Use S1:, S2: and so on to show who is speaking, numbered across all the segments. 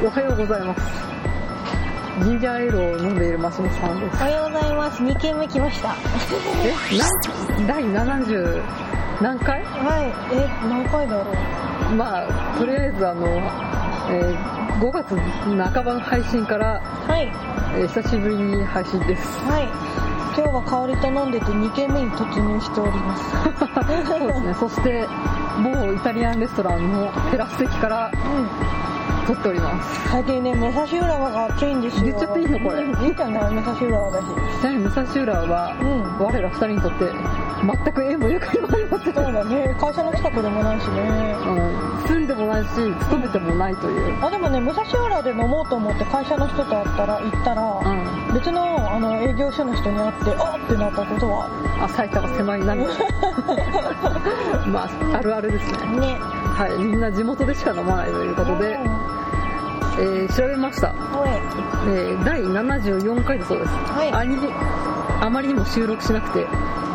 S1: おはようございます。ジンジャーエールを飲んでいるマスミさんで
S2: お
S1: す。
S2: はようございます。2件目来ました。
S1: え、なん第70何回
S2: はい。え、何回だろう。
S1: まあ、とりあえずあの、えー5月半ばの配信から、
S2: はい。
S1: えー久しぶりに配信です。
S2: はい。今日は香りと飲んでて2件目に突入しております。
S1: そうですね。そして、某イタリアンレストランのテラス席から
S2: うん。
S1: 撮っております。
S2: 最近ね、武蔵浦和が暑いんですよ。
S1: 言っちゃっていいのこれ
S2: うんいいかな、武蔵浦和だし。
S1: ちなみに武蔵浦和
S2: う
S1: は、
S2: ん。
S1: 我ら二人にとって全く縁もゆかりもありません。
S2: そうだね。会社の近くでもないしね。
S1: うん住んでもないし、勤めてもないという。
S2: あ、でもね、武蔵浦で飲もうと思って会社の人と会ったら、行った
S1: う
S2: ら、
S1: ん
S2: 別のあの営業所の人に会って、あっってなったことはある。
S1: あ、埼玉狭 いなみたいな。まあ、あるあるですね。
S2: ね。
S1: はい、みんな地元でしか飲まないということでえ
S2: うん、
S1: ー調べました。
S2: おい。
S1: えー第74回だそうです。
S2: はい。
S1: あにあまりにも収録しなくて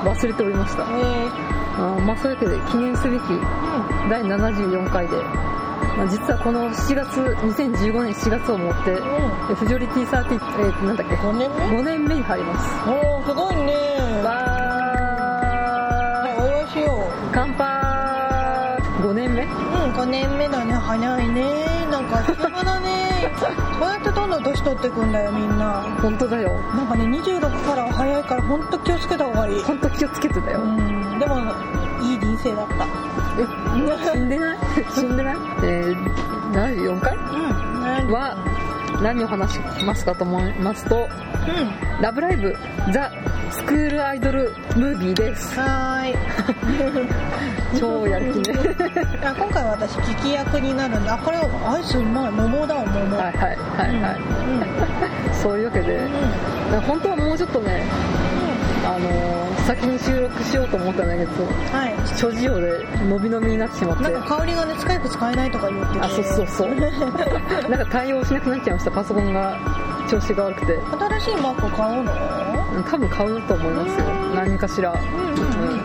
S1: 忘れておりました。
S2: え
S1: あーまあ、そういうわけで記念すべき
S2: ー、うん。
S1: 第74回で、まあ、実はこの7月、2015年7月をもって、
S2: う
S1: えフジョリ T30、えーなんだっけ、
S2: 5年目
S1: 5年目に入ります。
S2: おー、すごいね。
S1: わー
S2: お祝いしよう。
S1: 乾杯 !5 年目
S2: うん、5年目だね。早いね。なんか、あっという間だ ね。そうやってどんどん年取ってくんだよ、みんな。
S1: 本当だよ。
S2: なんかね、26からは早いから、ほんと気をつけた方がいい。
S1: 本当気をつけてたよ。
S2: うん、でも、いい人生だった。
S1: え、死んでない 死んでないえー、第4回
S2: うん。
S1: は、何を話しますかと思いますと、
S2: うん。
S1: ラブライブ、ザ・スクールアイドルムービーです。
S2: はーい。
S1: 超やる 気ね。
S2: あ今回私、聞き役になるんで、あ、これ、アイスうまい。桃だわ、桃。
S1: はいはいはいは
S2: うん。
S1: い。そういうわけで、
S2: う
S1: 本当はもうちょっとね、
S2: ん。うん。
S1: あのー先に収録しようと思ったんだけど、
S2: はい。
S1: 諸事情で伸び伸びになってしまって
S2: なん。か香りがね、使いく使えないとか言ってて。
S1: あ、そうそうそ う。なんか対応しなくなっちゃいました、パソコンが調子が悪くて。
S2: 新しいマック買うの
S1: 多分買うと思いますよ、
S2: うん
S1: 何かしら。
S2: うんうん
S1: うん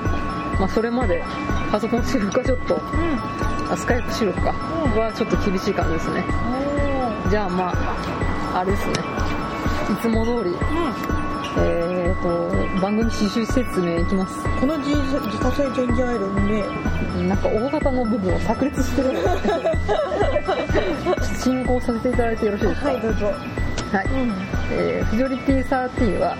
S1: まあ、それまで、パソコン収録はちょっと、
S2: うん。
S1: あスカイプ収録か、
S2: うん
S1: はちょっと厳しい感じですね。
S2: お
S1: じゃあまあ、あれですね。いつも通り、
S2: ー
S1: えーと、番組刺繍説明いきます。
S2: この自自家製ジンジャーエールうめえ
S1: なんか大型の部分を炸裂して る。進行させていただいてよろしいですか
S2: はいどうぞ
S1: はい
S2: うんうん
S1: えーフジョリティ13は、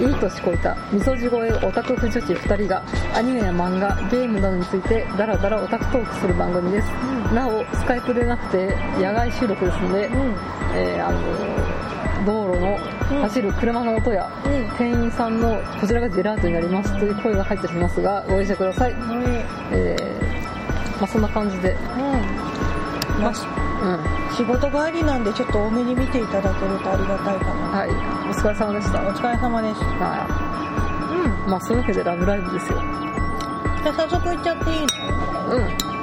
S1: いい年こいた、みそじ超えオタク婦女子2人が、アニメや漫画、ゲームなどについて、ダラダラオタクトークする番組です。
S2: うん
S1: なお、スカイプでなくて、野外収録ですので、
S2: うん
S1: えーあのー道路の
S2: うん
S1: 走る車の音や、
S2: うん
S1: 店員さんのこちらがジェラートになりますという声が入ってきますが、ご容赦ください。
S2: うめえ
S1: えーまあ、そんな感じで、
S2: うんまあし
S1: うん。
S2: 仕事帰りなんでちょっと多めに見ていただけるとありがたいかな
S1: はい。お疲れ様でした。
S2: お疲れ様ですうん
S1: はい。まあ、そういうわけでラブライブですよ。
S2: じゃあ早速行っちゃっていい
S1: うん。
S2: の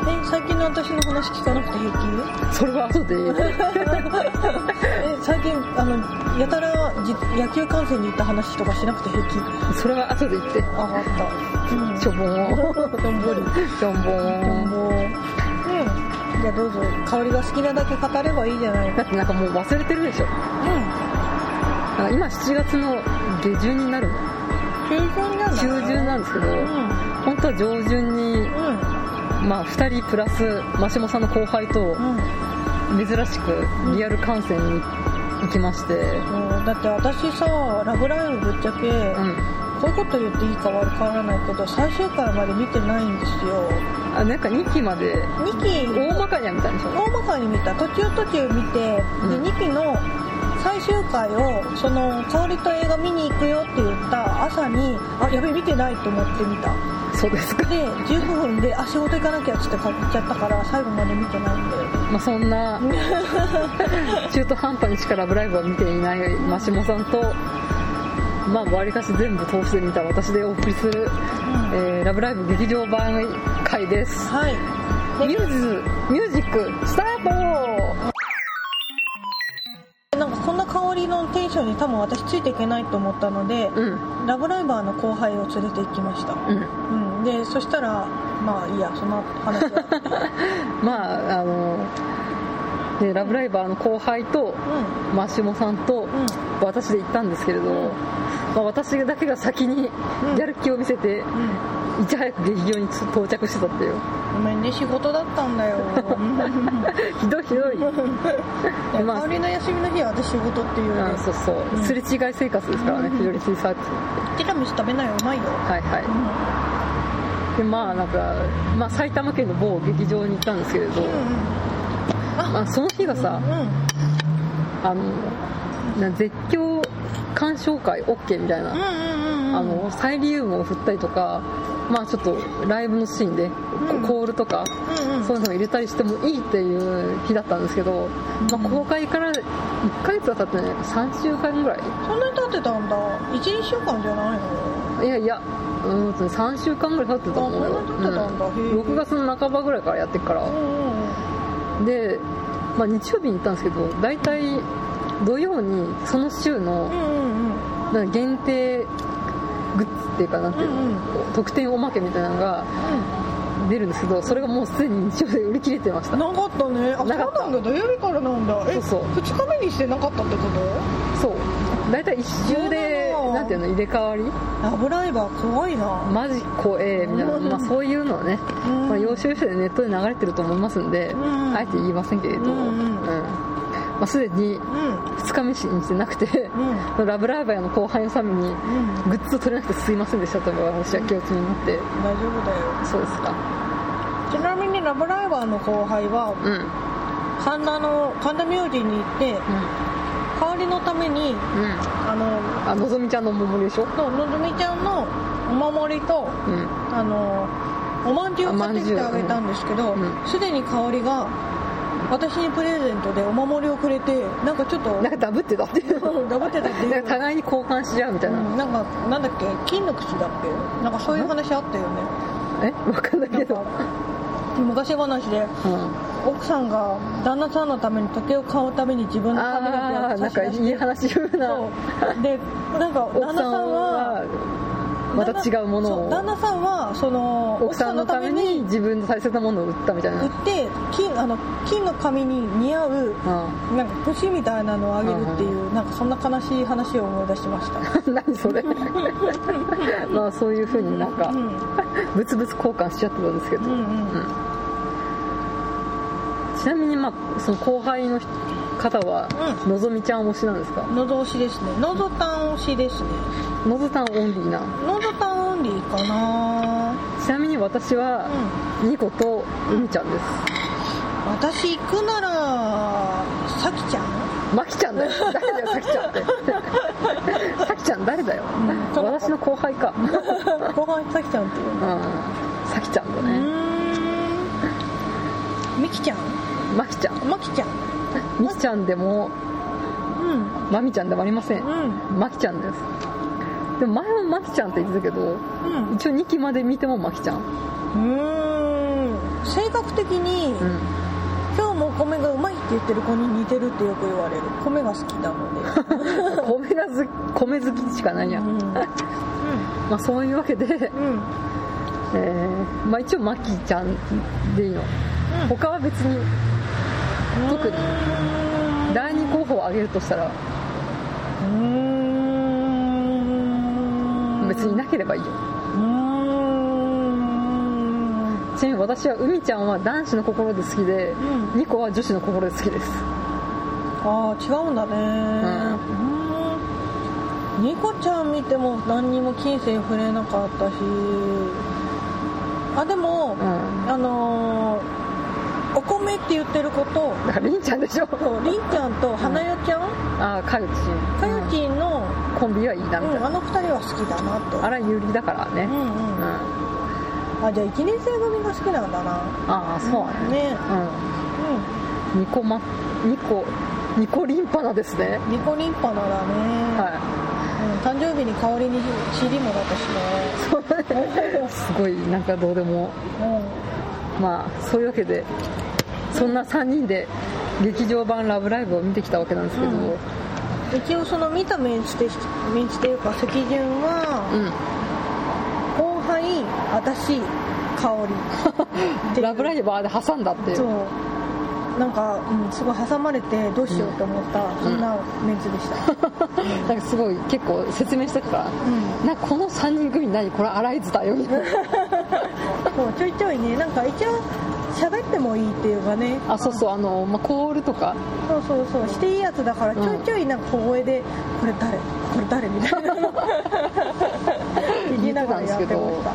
S2: え最近の私の話聞かなくて平気
S1: それは後で言う
S2: え最近あのやたらじ野球観戦に行った話とかしなくて平気
S1: それは後で言って
S2: ああったうん
S1: しょぼーん
S2: どんぼり
S1: しょぼーん
S2: もう、うん、じゃあどうぞ香りが好きなだけ語ればいいじゃない
S1: だ
S2: か
S1: ってなんかもう忘れてるでしょなんか今7月の下旬になるの
S2: 中旬なん
S1: 中
S2: だ
S1: 旬なんですけど本当は上旬にまあ2人プラスマシモさんの後輩と
S2: うんう
S1: 珍
S2: ん
S1: しくリアル観戦に行きまして
S2: うんそうだって私さ「ラブライブ!」ぶっちゃけ、
S1: うん
S2: こういうこと言っていいか悪からないけど最終回まで見てないんですよ
S1: あなんか2期まで
S2: 2期
S1: 大まかには見たんでしょ
S2: 大まかに見た途中途中見て、
S1: うん
S2: で2期の最終回をその香りと映画見に行くよって言った朝にあやべ見てないと思って見た
S1: そうですか
S2: で15分であ仕事行かなきゃっつって買っちゃったから最後まで見てないんで
S1: まあそんな中途半端にしか「ラブライブ!」は見ていないマシモさんと、まあ、割かし全部通して見た私でお送りする「えーラブライブ!」劇場版会です
S2: はい
S1: ミュージミュージックスタート
S2: なんかこんな香りのテンションに多分私ついていけないと思ったので、
S1: うん
S2: ラブライバーの後輩を連れて行きました、
S1: うん
S2: うん、でそしたらまあいいやその 話は、
S1: まああのねラブライバーの後輩と
S2: う
S1: マシモさんと
S2: んうん、
S1: 私で行ったんですけれど、
S2: うん
S1: まあ、私だけが先に
S2: うん
S1: やる気を見せて、
S2: うん
S1: いち早く劇場に到着してたっていう
S2: ごめんね仕事だったんだよ
S1: ひどいひどいまあ
S2: 香りの休みの日は私仕事っていう
S1: あ
S2: ね
S1: そうそう、
S2: うん
S1: すれ違い生活ですからね、
S2: うん
S1: 非常に小さく
S2: ティラミス食べないようまいよ、
S1: はいは
S2: うん
S1: いでまあなんか、まあ、埼玉県の某劇場に行ったんですけれど、
S2: うんうん
S1: まあ、その日がさ、
S2: う
S1: あのな絶叫鑑賞会 OK みたいな、
S2: んうんうんうんうん
S1: あのサイリウムを振ったりとか、まあ、ちょっとライブのシーンで、
S2: うん
S1: コールとか、
S2: うんうん
S1: そういうのを入れたりしてもいいっていう日だったんですけど、まあ、
S2: うん
S1: 公開から1ヶ月は経ってね3週間ぐらい
S2: そんなに経ってたんだ12週間じゃないの
S1: いやいやうーんとね3週間ぐらい経ってたと思うよ、
S2: あそんな経ってたんだへえ
S1: 6月の半ばぐらいからやってっから、
S2: うんうんうん
S1: で、まあ、日曜日に行ったんですけど大体土曜にその週の、
S2: うん
S1: なんか限定グッズっていうかなんていうの、
S2: うんうん
S1: 特典おまけみたいなのが出るんですけどそれがもうすでに日曜で売り切れてました
S2: なかったねあそう
S1: なか
S2: な
S1: った
S2: んだ土曜日からなんだえ
S1: そうそう
S2: 2日目にしてなかったってこと
S1: そう大体一周で
S2: そうなの
S1: なんていうの入れ替わり
S2: ラブライバー怖いな
S1: マジ怖えみたいな、
S2: うん
S1: まあ、そういうのはね、
S2: うん
S1: まあ、要所要所でネットで流れてると思いますんで、
S2: ん
S1: あえて言いませんけれど
S2: うんうん
S1: まあ、すでに
S2: うん
S1: 2日目にしてなくて、
S2: う
S1: ラブライバーの後輩のために
S2: うん
S1: グッズを取れなくてすいませんでしたとか私は気をつめになって
S2: 大丈夫だよ
S1: そうですか
S2: ちなみにラブライバーの後輩は
S1: うん、うん
S2: 神田の神田明神に行って香りのために
S1: うん、
S2: あの
S1: あのぞみちゃんのお守りでしょ
S2: そうのぞみちゃんのお守り
S1: う
S2: と
S1: ん
S2: あのおまんじゅうを買ってきてあげたんですけど
S1: おまんじゅううんうん
S2: すで、に香りが私にプレゼントでお守りをくれてなんかちょっと
S1: なんかダブってた っていう
S2: うんダブってたってい
S1: なん
S2: う
S1: か互いに交換し合うみたいな、
S2: うんなんかなんだっけ金の口だっけなんかそういう話あったよね
S1: え分かんない
S2: な
S1: け
S2: んか
S1: ど、
S2: 昔話で
S1: うん、
S2: 奥さんが旦那さんのために時計を買うために自分の髪の
S1: ああ
S2: 毛を
S1: なん
S2: 差し
S1: か
S2: 出して
S1: いい話言うな
S2: そうでなんか
S1: 奥
S2: 旦那
S1: さ
S2: さ
S1: ん
S2: ん
S1: は
S2: は
S1: また違うもの
S2: そ
S1: を
S2: 旦那さんはその
S1: 奥さんのために自分の大切なものを売ったみたいな、
S2: 売って金あの金の髪に似合うなんか年みたいなのをあげるっていう、なんかそんな悲しい話を思い出しました、
S1: うん、何そ れまあそういうふうになんか
S2: うん、
S1: ブツブツ交換しちゃってたんですけど、
S2: うんうん
S1: うんちなみにまあその後輩の方はのぞみちゃん推しなんですか
S2: のど押しですねのどたん押しですね
S1: のぞたんオンリーな
S2: のどたんオンリーかな
S1: ちなみに私はニコとうみちゃんです
S2: 私行くならさきちゃん
S1: マキちゃんだよ誰だよさきちゃんってさきちゃん誰だよ、
S2: その子
S1: 私の後輩か
S2: 後輩さきちゃんっていう
S1: うん
S2: の
S1: さきちゃんだ
S2: う
S1: ね
S2: ーんみきちゃん
S1: マキちゃん
S2: まきちゃん
S1: みきちゃんでも
S2: うん
S1: まみちゃんではありません
S2: うん
S1: マキちゃんですでも前もマキちゃんって言ってたけど
S2: うん
S1: 一応2期まで見てもマキちゃ ん
S2: うーん性格的に、
S1: うん
S2: 今日もお米がうまいって言ってる子に似てるってよく言われる米が好きなので、
S1: 米がず米好きしかないや、
S2: うんうん
S1: まあ、そういうわけで、
S2: うんうん
S1: えーまあ、一応マキちゃんでいいの他は別に特に第2候補を挙げるとしたら
S2: うーん
S1: 別になければいいよ
S2: うーん
S1: ちなみに私は海ちゃんは男子の心で好きで、
S2: う
S1: ニコは女子の心で好きです
S2: ああ違うんだねうんニコちゃん見ても何にも金銭触れなかったしあでも、
S1: ん
S2: あのーお米って言ってる子と
S1: だからりんちゃんでしょ
S2: りんちゃんと花代ちゃん、
S1: ああかよち
S2: かよちんの、
S1: コンビはいいな
S2: う
S1: み
S2: ん
S1: たいな、
S2: あの二人は好きだなと
S1: あら有利だからね
S2: うんう
S1: う
S2: ん
S1: ん、
S2: あ
S1: あ
S2: じゃあ1年生組が好きなんだな
S1: あそうだね
S2: ね
S1: うんニコまニコニコリンパナですね
S2: うんニコリンパナだね、
S1: は
S2: うん、誕生日に香りに CD もらったしね
S1: い すごいなんかどうでも
S2: うん
S1: まあそういうわけでそんな3人で劇場版「ラブライブ!」を見てきたわけなんですけど、
S2: うん一応その見たメンツでメンツというか席順は、
S1: う
S2: 後輩私香り
S1: ん ラブライバーで挟んだってい
S2: そううなんか、うん、すごい挟まれてどうしようと思った、そんなメンツ でした、
S1: なんかすごい結構説明してたから
S2: う
S1: なんかこの3人組何これアライズだよみたいな
S2: そうちょいちょいねなんか一応喋ってもいいっていうかね
S1: あそうそうあの、まあ、コールとか
S2: そうそうそうしていいやつだからち
S1: うん
S2: ょいちょいなんか小声で、これ誰これ誰 みたいな聞
S1: 言
S2: き
S1: って
S2: な
S1: た
S2: が
S1: ん
S2: ら
S1: です
S2: や
S1: け
S2: って
S1: ど
S2: ました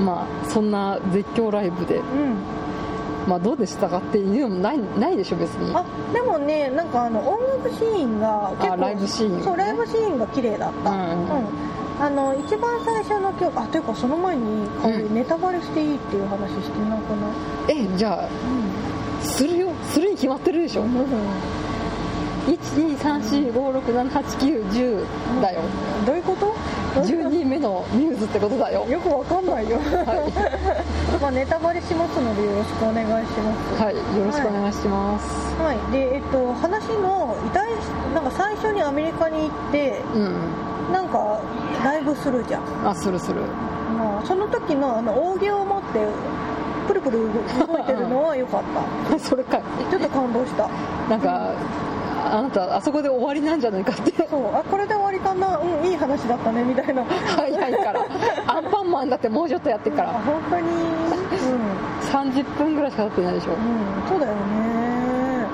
S1: うんまあそんな絶叫ライブで
S2: うん、うん
S1: まあどうでしたかっていうのもないないでしょ別に
S2: あでもねなんかあの音楽シーンが結構
S1: あライブシーンね
S2: そうライブシーンが綺麗だった、
S1: うんうんうん
S2: あの一番最初の曲あというかその前に、こういうネタバレしていいっていう話してなくない、
S1: えじゃあするよするに決まってるでしょ
S2: うん
S1: 12345678910だよ
S2: どういうこと
S1: 10人目のミューズってことだよ
S2: よくわかんないよ
S1: は
S2: まあネタバレしますのでよろしくお願いします
S1: い、はい、よろしくお願いします、
S2: はい、でえっと話の第なんか最初にアメリカに行って
S1: うん
S2: なんかライブするじゃん
S1: あするする
S2: まあ、その時のあの扇を持ってプルプル動いてるのは良かっ
S1: それかい
S2: たちょっと感動した
S1: なんかあなたあそこで終わりなんじゃないかって
S2: そうあこれで終わりかなうんいい話だったねみたいな
S1: 早いからアンパンマンだってもうちょっとやってっか
S2: あ
S1: ら
S2: 本当に
S1: 30分ぐらいしか経ってないでしょ、
S2: うん、うん、そうだよね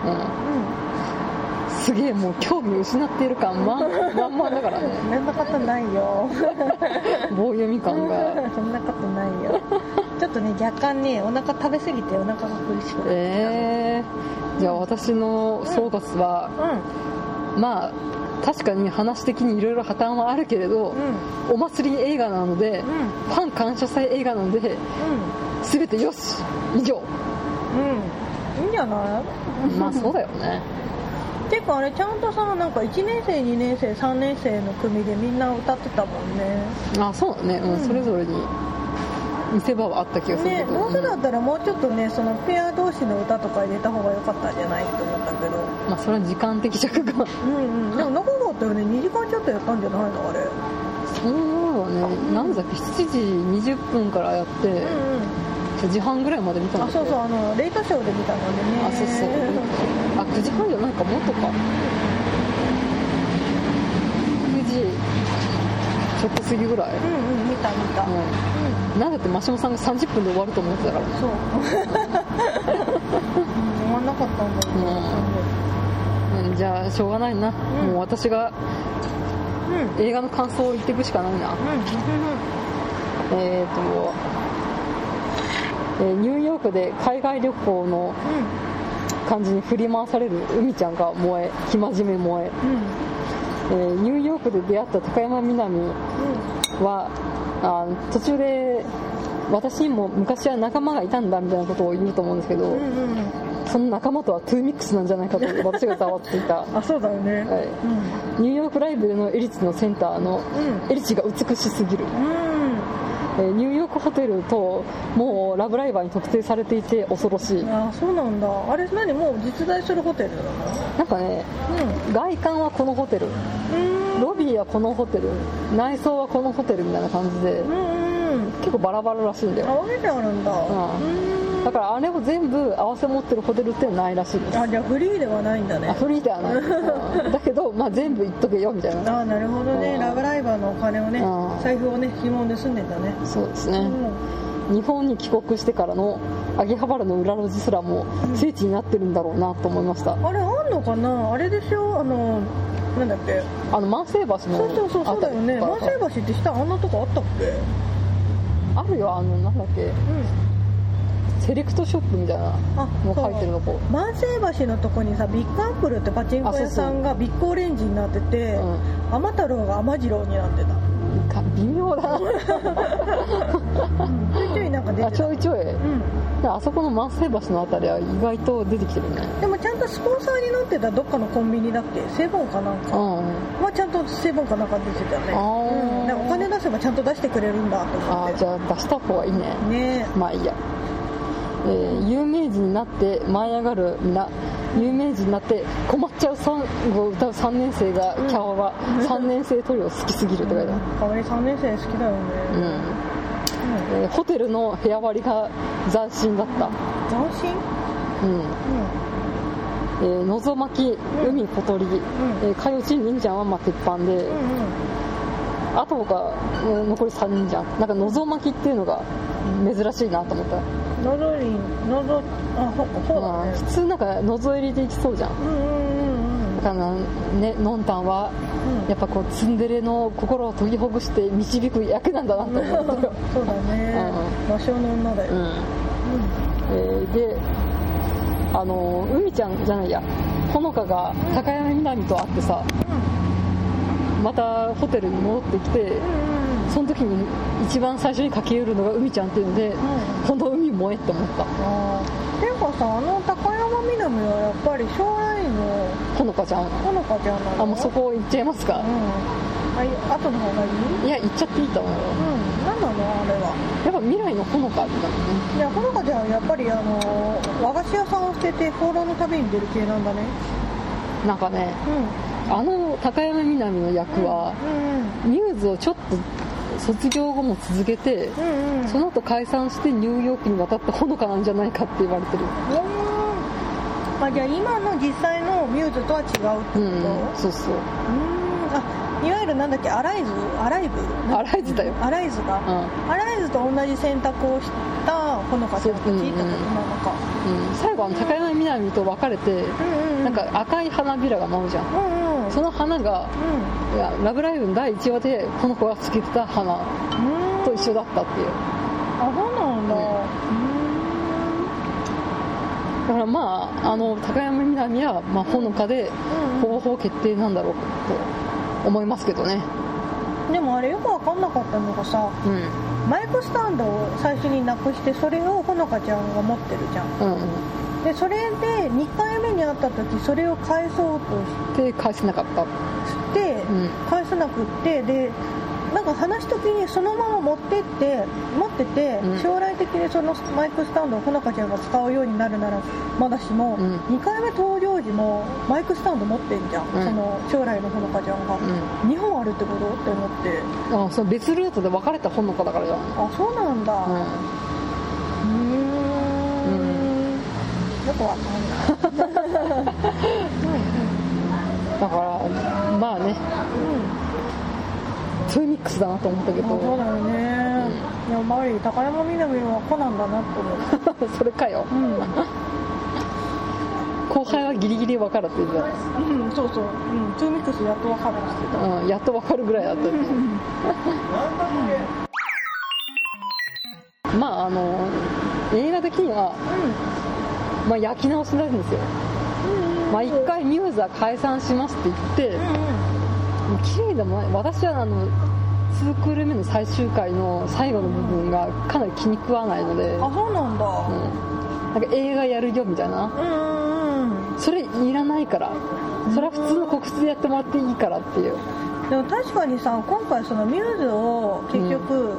S1: う、
S2: うん
S1: すげえもう興味失っている感まんまんまんだからね
S2: んそんなことないよ
S1: 棒読み感が
S2: そんなことないよちょっとね若干ねお腹食べ過ぎてお腹が苦しくなる
S1: えー、じゃあ私の総括は、まあ確かに話的にいろいろ破綻はあるけれど、
S2: うんうん
S1: お祭り映画なので、
S2: うん
S1: ファン感謝祭映画なので全てよし以上
S2: うんうんいいんじゃない
S1: まあそうだよね
S2: ていうかあれちゃんとさなんか1年生2年生3年生の組でみんな歌ってたもんね
S1: あそうだね、うん
S2: うん
S1: それぞれに見せ場はあった気がするけ
S2: ね
S1: ど、
S2: どうせだったらもうちょっとねそのペア同士の歌とか入れた方が良かったんじゃないと思ったけど
S1: うんまあそれは時間的尺が
S2: うんうんでも長かったよね2時間ちょっとやったんじゃないのあれう
S1: そうだね何だっけ7時20分からやって、
S2: んうん
S1: 9時半ぐらいまで見たんだ
S2: あ
S1: っけ
S2: そうそうあのレイトショーで見たのでね
S1: あそうそうあ9時半じゃないかもっとか9時ちょっと過ぎぐらい、
S2: うんうん見た見たうん
S1: うん、なんだってマシモさんが30分で終わると思ってたから
S2: そう うん終わんなかったんだよね
S1: うんじゃあしょうがないな、
S2: ん
S1: もう私が
S2: うんうんうん
S1: 映画の感想を言っていくしかないなえっ、と、えーニューヨークで海外旅行の感じに振り回される海ちゃんが萌え生真面目萌え
S2: うんうん
S1: えーニューヨークで出会った高山みなみはあ途中で私にも昔は仲間がいたんだみたいなことを言うと思うんですけど、
S2: うんうんうん
S1: その仲間とはトゥーミックスなんじゃないか と私がざわついた、は
S2: あそうだよね
S1: い、
S2: うん
S1: ニューヨークライブでのエリツのセンターの
S2: うん
S1: エリチが美しすぎる、
S2: う
S1: えーニューヨークホテルともうラブライバーに特定されていて恐ろしい
S2: んあそうなんだあれ何もう実在するホテルなの
S1: なんかね外観はこのホテル
S2: うん
S1: ロビーはこのホテル内装はこのホテルみたいな感じで
S2: うんうんうん
S1: 結構バラバラらしいんだ
S2: あ
S1: よ
S2: 分けてあるんだうん
S1: だからあれを全部合わせ持ってるホテルっていうのはないらしいです
S2: あじゃあフリーではないんだね
S1: あフリーではないうんだけど、まあ、全部言っとけよみたいな
S2: あなるほど
S1: う
S2: ね
S1: ん
S2: ラブライバーのお金をね
S1: うん
S2: 財布をね紐で盗んでんだね
S1: そうですね、
S2: うん
S1: 日本に帰国してからの秋葉原の裏路地すらも聖地になってるんだろうなと思いました、
S2: あれあんのかなあれでしょあのなんだっけ
S1: あの万世橋の
S2: そうそうそうそうだよね
S1: あた
S2: 万
S1: り
S2: 世橋って下あんなとこあったっけ
S1: あるよあのなんだっけ
S2: うん
S1: セレクトショップみたいな
S2: あ
S1: のが入ってるとこ
S2: 万世橋のとこにさビッグアップルってパチンコ屋さんがビッグオレンジになってて
S1: う
S2: 天太郎が天次郎になってた
S1: んか微妙だ
S2: ちょいちょいなんか出
S1: なあ
S2: て
S1: ち
S2: た
S1: ょいちょい
S2: うん
S1: であそこの万世橋のあたりは意外と出てきてるね
S2: でもちゃんとスポンサーになってたどっかのコンビニだっけセボンかなん
S1: う
S2: か
S1: ん
S2: まあちゃんとセボンかなんか出てたよね
S1: あー
S2: うんなんかお金出せばちゃんと出してくれるんだと思
S1: あ
S2: っ
S1: ー
S2: て
S1: じゃあ出した方がいいね
S2: ね
S1: まあいいやえー有名人になって舞い上がるみな有名人になって困っちゃうサンゴを歌う3年生がキャワバ、3年生トリオ好きすぎるって書いてある、
S2: かわり3年生好きだ
S1: う
S2: よね、
S1: んえーホテルの部屋割りが斬新だった、
S2: 斬新
S1: うん
S2: う
S1: えーのぞまき海小鳥、えーかよちん忍者はまあ鉄板で、
S2: んうんうん
S1: あと他、えー残り3人じゃんなんかのぞまきっていうのが珍しいなと思った、
S2: のぞりのぞあほそう
S1: ま
S2: だ
S1: あ
S2: ね
S1: 普通なんかのぞ入りでいきそうじゃん
S2: うんうん
S1: だからねのんたんは
S2: うん
S1: やっぱこうツンデレの心を研ぎほぐして導く役なんだなと
S2: うん
S1: 思ったよ、
S2: そうだね魔性の女だ
S1: う
S2: よ、
S1: んえーであのー海ちゃんじゃないやほのかが高山みなみと会ってさまたホテルに戻ってきて
S2: うんうん
S1: その時に一番最初に駆け寄るのが海ちゃんっていうので、この海萌えって思った
S2: あーていうかさあの高山みなみはやっぱり将来の
S1: ほのかちゃん
S2: ほのかちゃんなの
S1: あもうそこ行っちゃいます
S2: うん
S1: か、
S2: あい後の方がいい
S1: いや行っちゃっていいと思うよ
S2: うん何なのあれは
S1: やっぱ未来のほのかってなるね
S2: いやほのかちゃんはやっぱりあの和菓子屋さんを捨てて放浪の旅に出る系なんだね
S1: なんかね
S2: うん
S1: あの高山みなみの役は、ミューズをちょっと卒業後も続けて、
S2: うんうんうんうん
S1: その後解散してニューヨークに渡ったほのかなんじゃないかって言われてる
S2: うーんあじゃあ今の実際のミューズとは違うってこと
S1: う
S2: うん
S1: そうそう
S2: ーんあいわゆるなんだっけアライズアライブ
S1: アライズだよ
S2: アライズが、
S1: う
S2: アライズと同じ選択をしたほのかちゃんたちってことなのか
S1: うん、最後あの高山みなみと別れて、
S2: うんうん
S1: なんか赤い花びらが舞うじゃん
S2: うんうんうん
S1: その花がいや「ラブライブ!」の第1話でこの子がつけてた花
S2: うん
S1: と一緒だったっていう
S2: あそうなんだ
S1: うだからまああの高山みなみは、まあ、ほのかで
S2: うん
S1: ほぼほぼ決定なんだろうと思いますけどね
S2: うんでもあれよく分かんなかったのがさ
S1: うん
S2: マイクスタンドを最初になくしてそれをほのかちゃんが持ってるじゃん
S1: うんうん
S2: でそれで2回目に会った時それを返そうとして
S1: で返せなかったう
S2: で、
S1: ん
S2: 返せなくってでなんか話す時にそのまま持ってって持ってて、
S1: うん
S2: 将来的にそのマイクスタンドをほのかちゃんが使うようになるならまだしも、
S1: うん
S2: 2回目登場時もマイクスタンド持ってんじゃん、
S1: うん
S2: その将来のほのかちゃんが、2本あるってことって思って
S1: うんあその別ルートで別れたほのかだからじゃない
S2: あそうなんだ
S1: う
S2: うんーんよくわかんない
S1: だからまあね
S2: うん、うん
S1: ツーミックスだなと思ったけ
S2: あそうだ
S1: ど
S2: よね、いややっぱり高山みなみは子なんだなって思う
S1: それかよ後輩はギリギリ分かるって言って
S2: うん、うん、そうそう、うん、トゥーミックスやっと分かるって言って
S1: た、うん、やっと分かるぐらいだったよ ねまああの映画的には、まあ、焼き直しなんですよ、まあ、一回ミューズは解散しますって言って、
S2: たうん
S1: もう綺麗でもない私はあの2クール目の最終回の最後の部分がかなり気に食わないので、
S2: あそうなんだ
S1: うんなんか映画やるよみたいな
S2: うんうんうん
S1: それいらないからそれは普通の告知でやってもらっていいからっていう
S2: でも確かにさ今回そのミューズを結局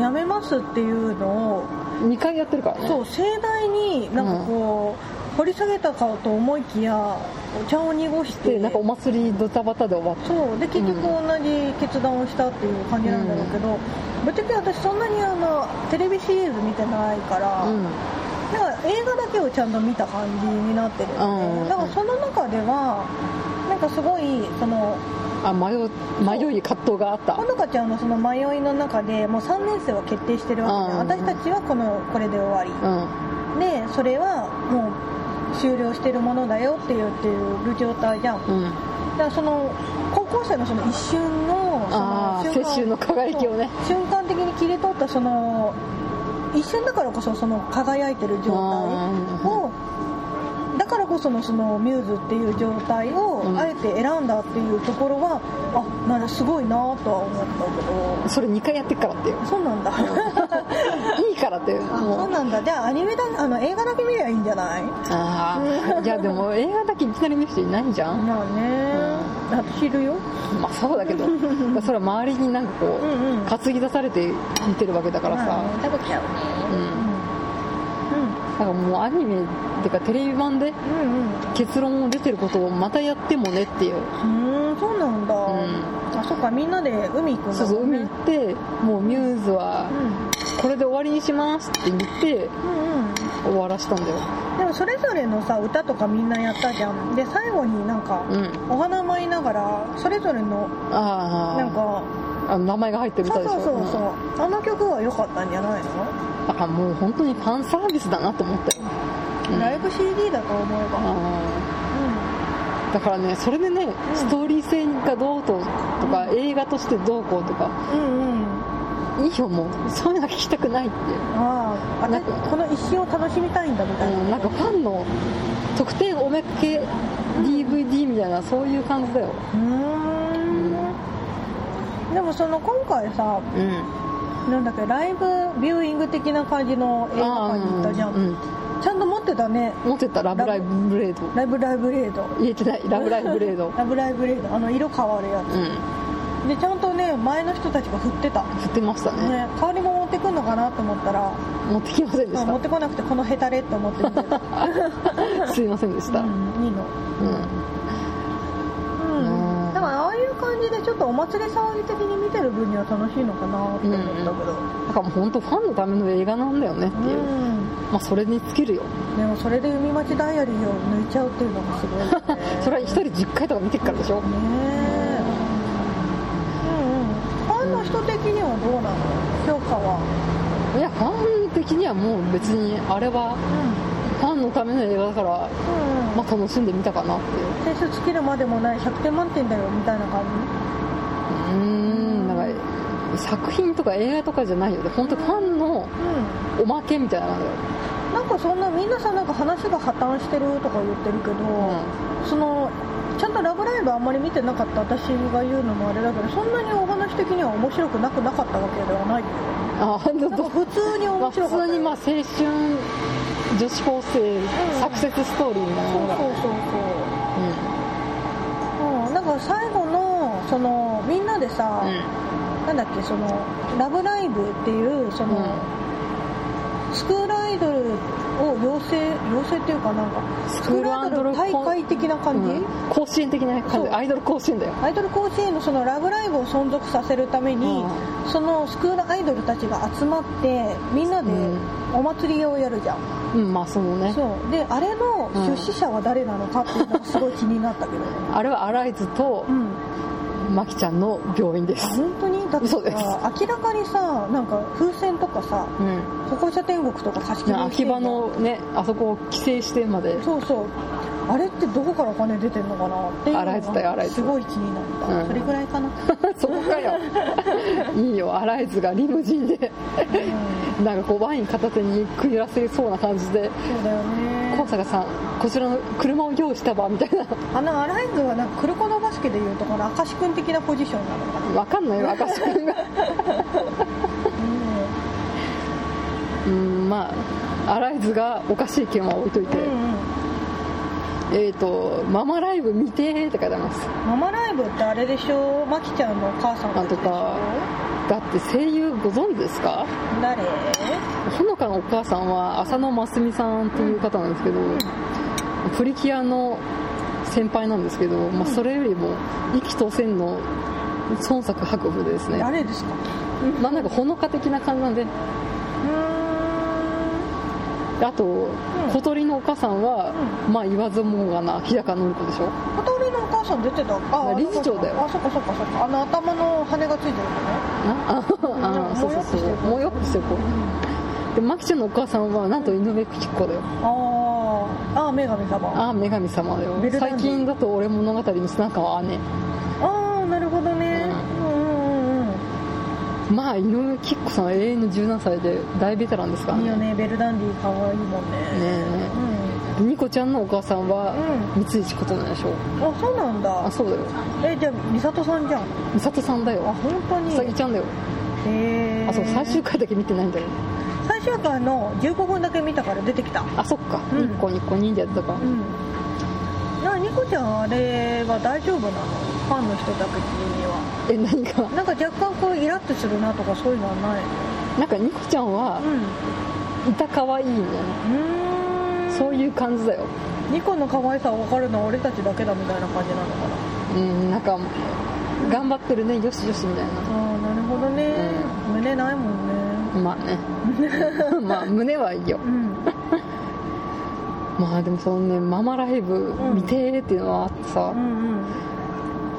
S2: やめますっていうのを、
S1: 2回やってるからね
S2: そう盛大になんかこう、掘り下げたかと思いきやお茶を濁して
S1: でなんかお祭りドタバタで終わっ
S2: そうで結局同じ決断をしたっていう感じなんだろうけど、ぶっちゃけ私そんなにあのテレビシリーズ見てないから、
S1: た、うん
S2: だから映画だけをちゃんと見た感じになってるよね、
S1: うん
S2: だからその中ではなんかすごいその
S1: あ迷う迷い葛藤があった
S2: ほのかちゃんのその迷いの中でもう3年生は決定してるわけ
S1: う
S2: で、
S1: ん
S2: 私たちはこのこれで終わ
S1: うん
S2: りでそれはもう終了してるものだよっていうっていう状態じゃ
S1: う
S2: ん
S1: ん
S2: だからその高校生のその一瞬のそ
S1: ああ
S2: の
S1: 青春の輝きをね
S2: そう瞬間的に切り取ったその一瞬だからこそその輝いてる状態
S1: うん
S2: をだからこそのそのミューズっていう状態を
S1: うん
S2: あえて選んだっていうところは、あなんかすごいなとは思った
S1: それ2回やってっからっていう
S2: けどそ うなんだ
S1: いいからっていう
S2: あ
S1: も
S2: そううなんだじゃあアニメだあの映画だけ見りゃいいんじゃない
S1: ああいやでも映画だけいきなり見る人いないじゃん
S2: まあねだって昼よ
S1: まあそうだけ どそれは周りになんかこ
S2: う
S1: うん
S2: うん
S1: 担ぎ出されて見てるわけだから
S2: まあ
S1: さ
S2: ね食べちゃうね
S1: うん
S2: うん
S1: なんかもうアニメっていうかテレビ版で
S2: うん
S1: 結論を出てることをまたやってもねっていう、
S2: うんうーんそうなんだ、
S1: ん
S2: あそっかみんなで海行くんだもんね
S1: そうそう海行
S2: うん
S1: ってもうミューズはこれで終わりにしますって言って
S2: うん
S1: 終
S2: うん
S1: わらしたんだよ
S2: でもそれぞれのさ歌とかみんなやったじゃんで最後になんか、
S1: うん
S2: お花舞いながらそれぞれの
S1: ああ
S2: なんか
S1: あの名前が入ってる
S2: そ
S1: 歌でし
S2: うそ
S1: ょ
S2: うそうそううんあの曲は良かったんじゃないの、
S1: だからもう本当にファンサービスだなと思ったよ、うん
S2: ライブ CD だと思えば、う
S1: あー
S2: ん
S1: だからねそれでね、ストーリー性がどうととか、映画としてどうこうとか
S2: うんうん
S1: いいよもうそういうの聞きたくないっていう
S2: ああ
S1: なん
S2: 私
S1: か
S2: この一生を楽しみたいんだみたいな、
S1: うん、なんかファンの特定おめっけ DVD みたいなそういう感じだよ
S2: うーんでもその今回さ
S1: うん
S2: なんだっけライブビューイング的な感じの映画館に行ったじゃん、
S1: うん、
S2: ちゃんと持ってたね
S1: 持ってたラブライブブレード
S2: ライブライブレード
S1: 言えて ないラブライブブレード
S2: ラブライブレードあの色変わるや
S1: うん
S2: つでちゃんとね前の人たちが振ってた
S1: 振ってましたね
S2: ね、香りも持ってくんのかなと思ったら、
S1: 持ってきませんで
S2: まあ
S1: し
S2: 持ってこなくてこのヘタレって 思って見てた、
S1: たすいませんでし
S2: う
S1: た、うん
S2: ん、いいの
S1: う
S2: う
S1: んん
S2: だからああいう感じでちょっとお祭り騒ぎ的に見てる分には楽しいのかなって思ったけど、
S1: だからもう本当ファンのための映画なんだよねっていう、
S2: う
S1: まあそれに尽きるよ、
S2: ん、でもそれで海町ダイアリーを抜いちゃうっていうのがすごい、ね
S1: それは一人10回とか見てるからでしょ
S2: ねえうんうんファンの人的にはどうなの評価はい
S1: やファン的にはもう別にあれは
S2: う
S1: ファンのための映画だから、
S2: んうん、うん
S1: まあ、楽しんでみたかなっていう
S2: 点数つけるまでもない100点満点だよみたいな感じ
S1: うーんなんか作品とか映画とかじゃないよね本当ファンの
S2: うん
S1: おまけみたいなのよ、
S2: なんかそんなみんなさなんか話が破綻してるとか言ってるけど、そのちゃんと「ラブライブ!」あんまり見てなかった私が言うのもあれだけどそんなにお話的には面白くなくなかったわけではない
S1: ああ
S2: なんか普通に
S1: まあ
S2: 面白か
S1: 普
S2: ったよ
S1: 通にまあ青春女子高生サクセスストーリーみたいな
S2: そう
S1: のが
S2: そうそうそう、うん、なんか最後のそのみんなでさ、
S1: うん
S2: なんだっけその「ラブライブ!」っていうその、スクールアイドルを養成養成っていうかなんか
S1: ス
S2: ス
S1: ク
S2: ク
S1: ー
S2: ー
S1: ル
S2: ル
S1: ア
S2: ア
S1: イド
S2: イド
S1: ル
S2: ル大会的な感じ、
S1: うん甲子園的な感
S2: そ
S1: じ
S2: う
S1: アイドル甲子園だよ
S2: アイドル甲子園のそのラブライブを存続させるために、
S1: う
S2: そのスクールアイドルたちが集まってみんなで
S1: うん
S2: お祭りをやるじゃん、
S1: うんまあそのね
S2: そうであれの出資者は誰なのかっていうのがすごい気になったけどね
S1: あれはアライズと
S2: うん
S1: マキちゃんの病院で
S2: あ
S1: す
S2: 本当にだってさ
S1: そうです
S2: 明らかにさなんか風船とかさ
S1: うん
S2: 歩行者天国とか貸し切りにして
S1: 秋
S2: んじゃ
S1: 葉
S2: ん
S1: のねあそこを規制してまで
S2: そうそうあれってどこからお金出てんのかなっていう
S1: 洗えてたよ洗
S2: の
S1: え
S2: が
S1: てた
S2: すごい気になった、
S1: うん
S2: それぐらいかな、
S1: そこかよ いいよアライズがリムジンで
S2: うん
S1: なんかこうワイン片手にゆっくりらせそうな感じで
S2: そうだよね
S1: 高坂さんこちらの車を用意したわみたいな
S2: あのアライズはなんかクルコのバスケでいうとこの明石君的なポジションなのかな、
S1: わかんないよ明石君 がうんまあアライズがおかしい件は置いといて、えっ、と「ママライブ見て」って書いてあります
S2: ママライブってあれでしょマキちゃんのお母さん
S1: なんとかだって声優ご存知ですか
S2: 誰
S1: ほのかのお母さんは浅野真澄さんっていう方なんですけど、プリキュアの先輩なんですけど、まあ、それよりも意気投線の孫作博夫でですね
S2: 誰ですか
S1: まあなんかほのか的な感じなんで
S2: うー
S1: あと、小鳥のお母さんは、まあ言わずもがな日高のり子でしょ
S2: ん小鳥のお母さん出てたあ
S1: 理事長だよ
S2: あそっかそっかそっかあの頭の羽がついてるのね
S1: なあああそうそうそうもうよくしてこうでマキちゃんのお母さんはなんと井上貴子だよ
S2: あーあー女神様あ
S1: ああ女神様だよ
S2: ベルダンディ
S1: 最近だと俺物語の砂川姉
S2: あーなるほどねうんうんうん
S1: まあ井上貴子さんは永遠の17歳で大ベテランですから
S2: うんいい
S1: ね
S2: よねベルダンディ可愛いもんね
S1: ね
S2: う
S1: え
S2: ん
S1: ニコちゃんのお母さんは
S2: う
S1: 三石琴音でしょ
S2: あそうなん
S1: あ
S2: だ
S1: そうだよ
S2: えじゃあ美里さんじゃん
S1: 美里さんだ
S2: あ
S1: よ
S2: 本当に
S1: うさぎちゃんだよ
S2: へー
S1: あそう最終回だけ見てないんだよ
S2: 最終回の15分だけ見たから出てきた
S1: あそっか
S2: うん
S1: ニコニコ忍者やってたか
S2: うんなニコちゃんあれは大丈夫なのファンの人たちには
S1: え何か
S2: なんか若干こうイラッとするなとかそういうのはない
S1: なんかニコちゃんは
S2: うんう
S1: 歌かわいいみたいな
S2: ー
S1: そういう感じだよ
S2: ニコンの可愛さ分かるのは俺たちだけだみたいな感じなのかな
S1: うんなんか頑張ってるねよしよしみたいな
S2: ああなるほどね、胸ないもんね
S1: まあ ねまあ胸はいいよ
S2: うん
S1: まあでもそのねママライブ見てーっていうのはあってさ
S2: う、んうん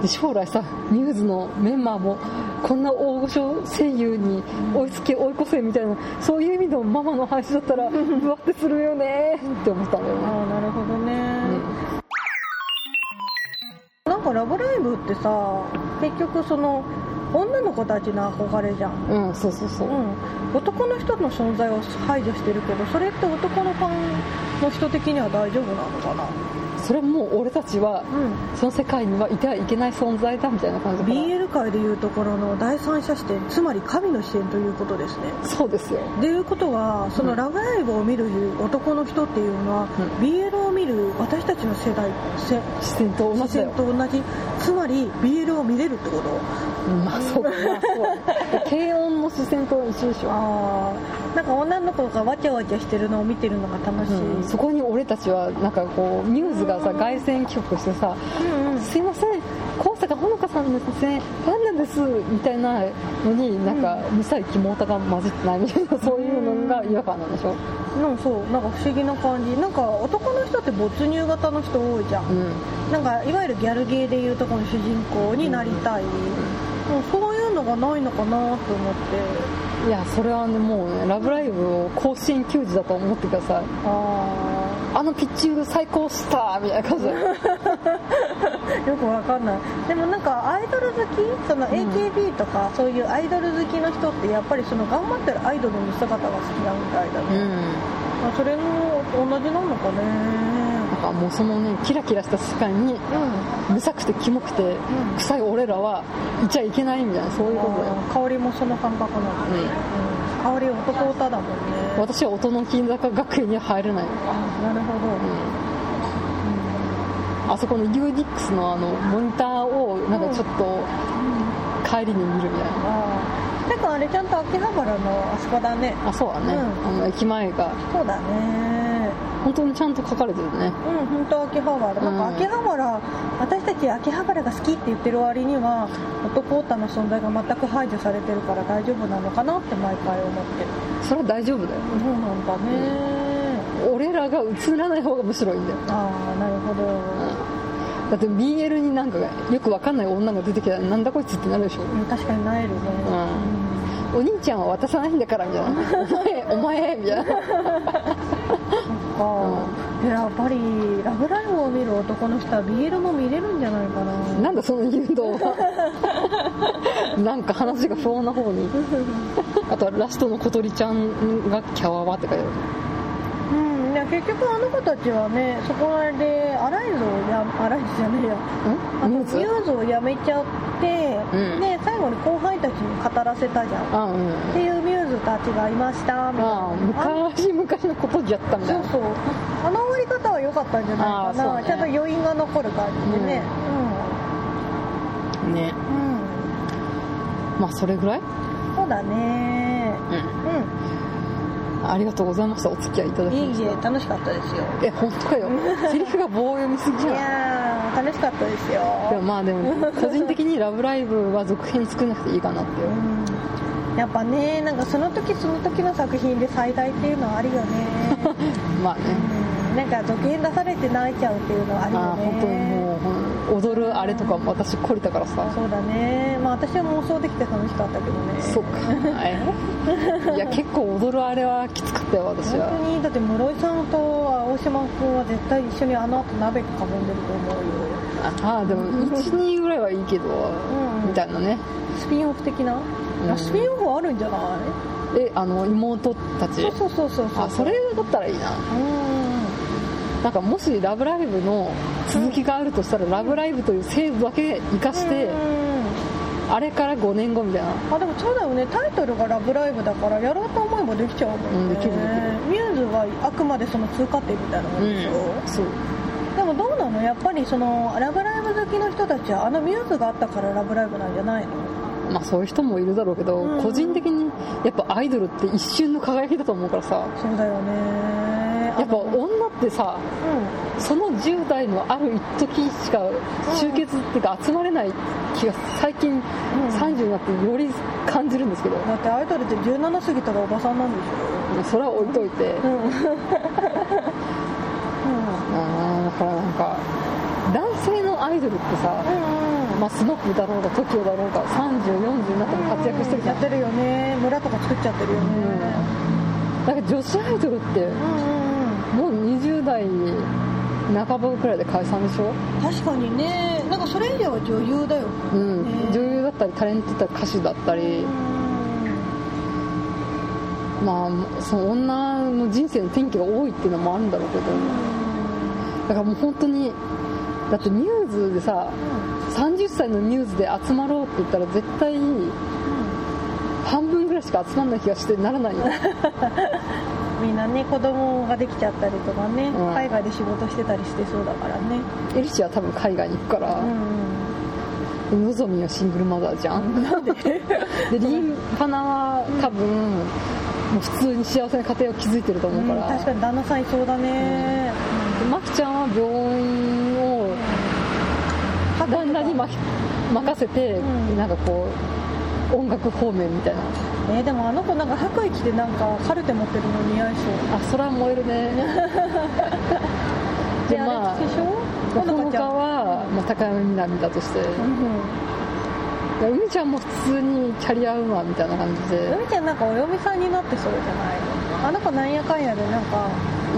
S1: で将来さミューズのメンバーもこんな大御所声優に追いつけ追い越せみたいなそういう意味でもママの配信だったらぶわってするよねーって思ったのよね
S2: ああなるほど
S1: う
S2: ね、
S1: ん
S2: なんか「ラブライブ!」ってさ結局その女の子たちの憧れじゃん、
S1: うん、そうそうそうう、
S2: ん、男の人の存在を排除してるけどそれって男のファンの人的には大丈夫なのかな
S1: それもう俺たちは
S2: う
S1: その世界にはいてはいけない存在だみたいな感じ
S2: ん
S1: だから
S2: BL 界でいうところの第三者視点つまり神の視点ということですね
S1: そうですよ
S2: っていうことはそうの「
S1: ん
S2: ラブライブ!」を見る男の人っていうのは、
S1: うん
S2: BL を見る私たちの世代せ
S1: 視線と同
S2: 視
S1: じだよ
S2: 線と同じつまり BL を見れるってこと
S1: まあそうかまあそう軽音の視線と一緒でしょ、
S2: ああなんか女の子がわちゃわちゃしてるのを見てるのが楽しい、
S1: うんそこに俺たちはなんかこうミューズがさ凱旋帰国してさ
S2: うんうん
S1: すいません高坂ほのかさんですねファンなんですみたいなのになんか無さいキモオタが混じってないみたいなそういうのが違和感なんでしょ
S2: なんかそうなんか不思議な感じなんか男の人って没入型の人多いじゃん、
S1: ん
S2: なんかいわゆるギャルゲーでいうとこの主人公になりたい、もうそういうのがないのかなと思って
S1: いやそれはねもうね「ラブライブ!」を甲子園球児だと思ってください
S2: あ
S1: あのピッチング最高したみたいな感じだよ
S2: あよくわかんないでもなんかアイドル好きその AKB とかそういうアイドル好きの人ってやっぱりその頑張ってるアイドルの姿が好きなみたいだね、
S1: ん
S2: まあ、それも同じなのかね
S1: だからもうそのねキラキラした世界に
S2: う
S1: 無さくてキモくて
S2: ん
S1: 臭い俺らはいちゃいけないみたいなそういうことだよ
S2: あー香りもその感覚なの、うん、香り男歌だもんね
S1: 私は音の金坂学園には入れない
S2: あなるほど、
S1: あそこの UDIX のあのモニターをなんかちょっと帰りに見るみたいな
S2: ああてかあれちゃんと秋葉原のあそこだね
S1: あそうだね、
S2: うん
S1: あの駅前が
S2: そうだね
S1: 本当にちゃんと書かれてるね
S2: うん本当秋葉原なんか
S1: うん
S2: 秋葉原、私たち秋葉原が好きって言ってる割には男歌の存在が全く排除されてるから大丈夫なのかなって毎回思ってる
S1: それは大丈夫だよ
S2: そうなんだね、
S1: 俺らが映らない方がむしろいいんだよ、
S2: ああなるほど、
S1: うん、だって BL になんかよくわかんない女が出てきたらなんだこいつってなるでしょ
S2: うん確かになえるね、
S1: お兄ちゃんは渡さないんだからみたいなお前お前みたいな
S2: ああでやっぱり「ラブライブ!」を見る男の人は BL も見れるんじゃないかな
S1: なんだその誘導は なんか話が不穏な方にあとはラストの小鳥ちゃんがキャワワって書いてある
S2: うんいや結局あの子たちはねそこらでアライズをやアライズじゃねえやあ
S1: ん
S2: の
S1: ニ
S2: ミ
S1: ュ
S2: ュ
S1: ーズ
S2: ーズをやめちゃって、
S1: うん
S2: で最後に後輩たちに語らせたじゃんっ
S1: あうん
S2: ていうミューズたちがいましたみたいな
S1: ああ昔昔のことやったみたい
S2: そう
S1: な
S2: そうあの終わり方は良かったんじゃないか
S1: ああそ
S2: な、
S1: うね
S2: ちゃんと余韻が残る感じでね
S1: ね
S2: うん、うん
S1: まあそれぐらい、
S2: そうだね
S1: う
S2: うん
S1: ん、ありがとうございましたお付き合いいただき
S2: い
S1: ま
S2: い
S1: し
S2: え
S1: た
S2: 楽しかったですよ
S1: え本当 かよセリフが棒読みすぎ
S2: い
S1: じゃん
S2: やー楽しかったですよ
S1: でもまあでも個人的に「ラブライブ!」は続編作んなくていいかなっていう
S2: うんやっぱねなんかその時その時の作品で最大っていうのはあるよね、
S1: まあね
S2: うんなんか続編出されて泣いちゃうっていうのはあるよね
S1: ああ本当にもうほん踊るあれとかも私懲りたからさ
S2: そうだねまあ私は妄想できて楽しかったけどね
S1: そうか はいいや結構踊るあれはきつかったよ私
S2: 本
S1: は
S2: 当にだって室井さんと大島君は絶対一緒にあの後鍋囲んでると思う
S1: あ
S2: よ
S1: あでも12ぐらいはいいけど
S2: ん
S1: みたいなね
S2: スピンオフ的な、いやスピンオフあるんじゃない
S1: えあの妹たち
S2: そうそうそうそうう
S1: あそれだったらいいな
S2: うんうんうん
S1: なんかもし「ラブライブ!」の続きがあるとしたら「ラブライブ!」という制度だけ生かして
S2: うん
S1: あれから5年後みたいな
S2: あでもそうだよねタイトルが「ラブライブ!」だからやろうと思えばできちゃうもんね、
S1: うんできるできる
S2: ミューズはあくまでその通過点みたいなもんでしょ、
S1: そう
S2: でもどうなのやっぱりその「ラブライブ!」好きの人たちはあのミューズがあったから「ラブライブ!」なんじゃないの
S1: まあそういう人もいるだろうけど
S2: うん
S1: 個人的にやっぱアイドルって一瞬の輝きだと思うからさ
S2: そうだよね
S1: やっぱ
S2: あの
S1: 女ってさその10代のある一時しか集結っていうか集まれない気が最近30になってより感じるんですけど
S2: だってアイドルって17過ぎたらおばさんなんでし
S1: それは置いといて
S2: ょうん、うん、
S1: あーだからなんか男性のアイドルってさ、
S2: うん
S1: まあ、スノップだろうが TOKIO だろうが3040になっても活躍してるじゃん
S2: やってるよね村とか作っちゃってるよね
S1: だから女子アイドルって
S2: うんうんうん
S1: もう20代半ばくらいで解散でしょ、
S2: 確かにねなんかそれ以上は女優だよ
S1: うん
S2: ね
S1: 女優だったりタレントだったり歌手だったり
S2: う、ん
S1: まあ、その女の人生の転機が多いっていうのもあるんだろうけどだからもう本当にだってミューズでさ30歳のミューズで集まろうって言ったら絶対半分ぐらいしか集まんない気がしてなら ないよ
S2: みんなね子供ができちゃったりとかね、
S1: うん
S2: 海外で仕事してたりしてそうだからね
S1: エリシは多分海外に行くから、
S2: うん
S1: でのぞみはシングルマザーじゃんでリンパナは多分、もう普通に幸せな家庭を築いてると思う
S2: う
S1: か
S2: ん
S1: ら、
S2: 確かに旦那さんいそうだね、
S1: でマキちゃんは病院を旦那にまき任せて、
S2: うん
S1: なんかこう音楽方面みたいな
S2: えーでもあの子なんか白衣着てなんかカルテ持ってるの似合いそう
S1: あそれは燃えるね で
S2: で
S1: まあ
S2: あれでしょ
S1: ほのか
S2: ちゃん
S1: は、まあ、高山みなみだとして
S2: うん
S1: で海ちゃんも普通にキャリアウーマンみたいな感じで
S2: 海ちゃんなんかお嫁さんになってそうじゃないあの子なんやかんやでなんか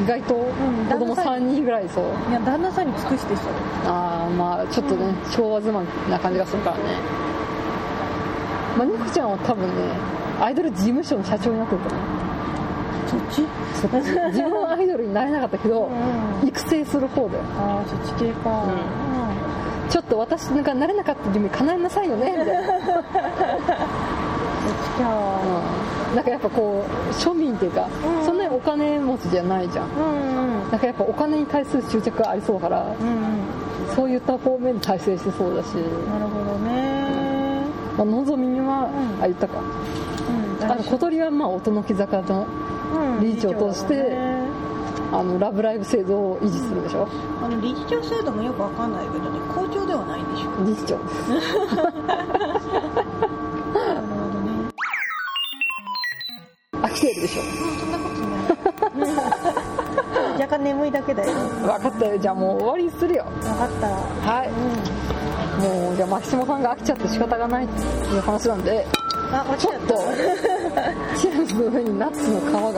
S1: 意外と子供3人ぐらいそう、
S2: いや旦那さんに尽くしてそう
S1: ああまあちょっとね、昭和妻な感じがするからねまあニコちゃんは多分ねアイドル事務所の社長になってると思う
S2: そっち
S1: そっち自分はアイドルになれなかったけど、
S2: うん
S1: 育成する方で
S2: ああそっち系か、
S1: うんちょっと私がなれなかった夢叶えなさいよねみたいな、うん
S2: そっちか
S1: なんかやっぱこう庶民っていうか、
S2: うん
S1: そんなにお金持ちじゃないじゃん
S2: うんうん
S1: なんかやっぱお金に対する執着がありそうだから
S2: うん
S1: そういった方面に大成してそうだし、
S2: なるほどね
S1: まあのぞみには、
S2: うん
S1: あ言ったか
S2: うん
S1: あの小鳥はまあ音の木坂の
S2: うん
S1: 理事長として
S2: 理事長だね
S1: あのラブライブ制度を維持するでしょ、
S2: あの理事長制度もよくわかんないけどね校長ではないんでしょ
S1: 理事長です
S2: なるほどね
S1: 飽きてるでし
S2: そんなこと ない若干眠いだけだよ
S1: ょ分かったよじゃあもう終わりにするよ
S2: 分かった
S1: はい
S2: うん
S1: もうじゃあ牧島さんが飽きちゃって仕方がないっていう話なんで
S2: あ落
S1: ち
S2: ち
S1: ょ
S2: ちゃ
S1: っ
S2: っ
S1: と
S2: た
S1: ティラミスの上にナッツの皮が、
S2: うん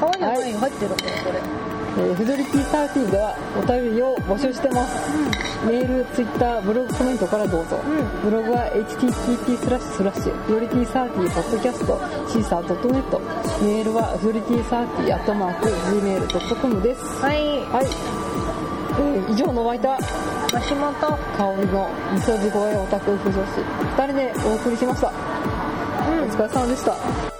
S2: 皮じゃないよ入ってるこれ
S1: えー、フジョリティサーティではお便りを募集してます、メールツイッターブログコメントからどうぞ、
S2: ん
S1: ブログは http スラッシュスラッシュフジョリティサーティポッドキャストシーサー .net メールはフジョリティサーティアットマーク gmail.com です
S2: はい
S1: はい、えー以上の湧いた
S2: マシモと
S1: 香りのみそ地声オタク婦女子2人でお送りしました、お疲れ様でした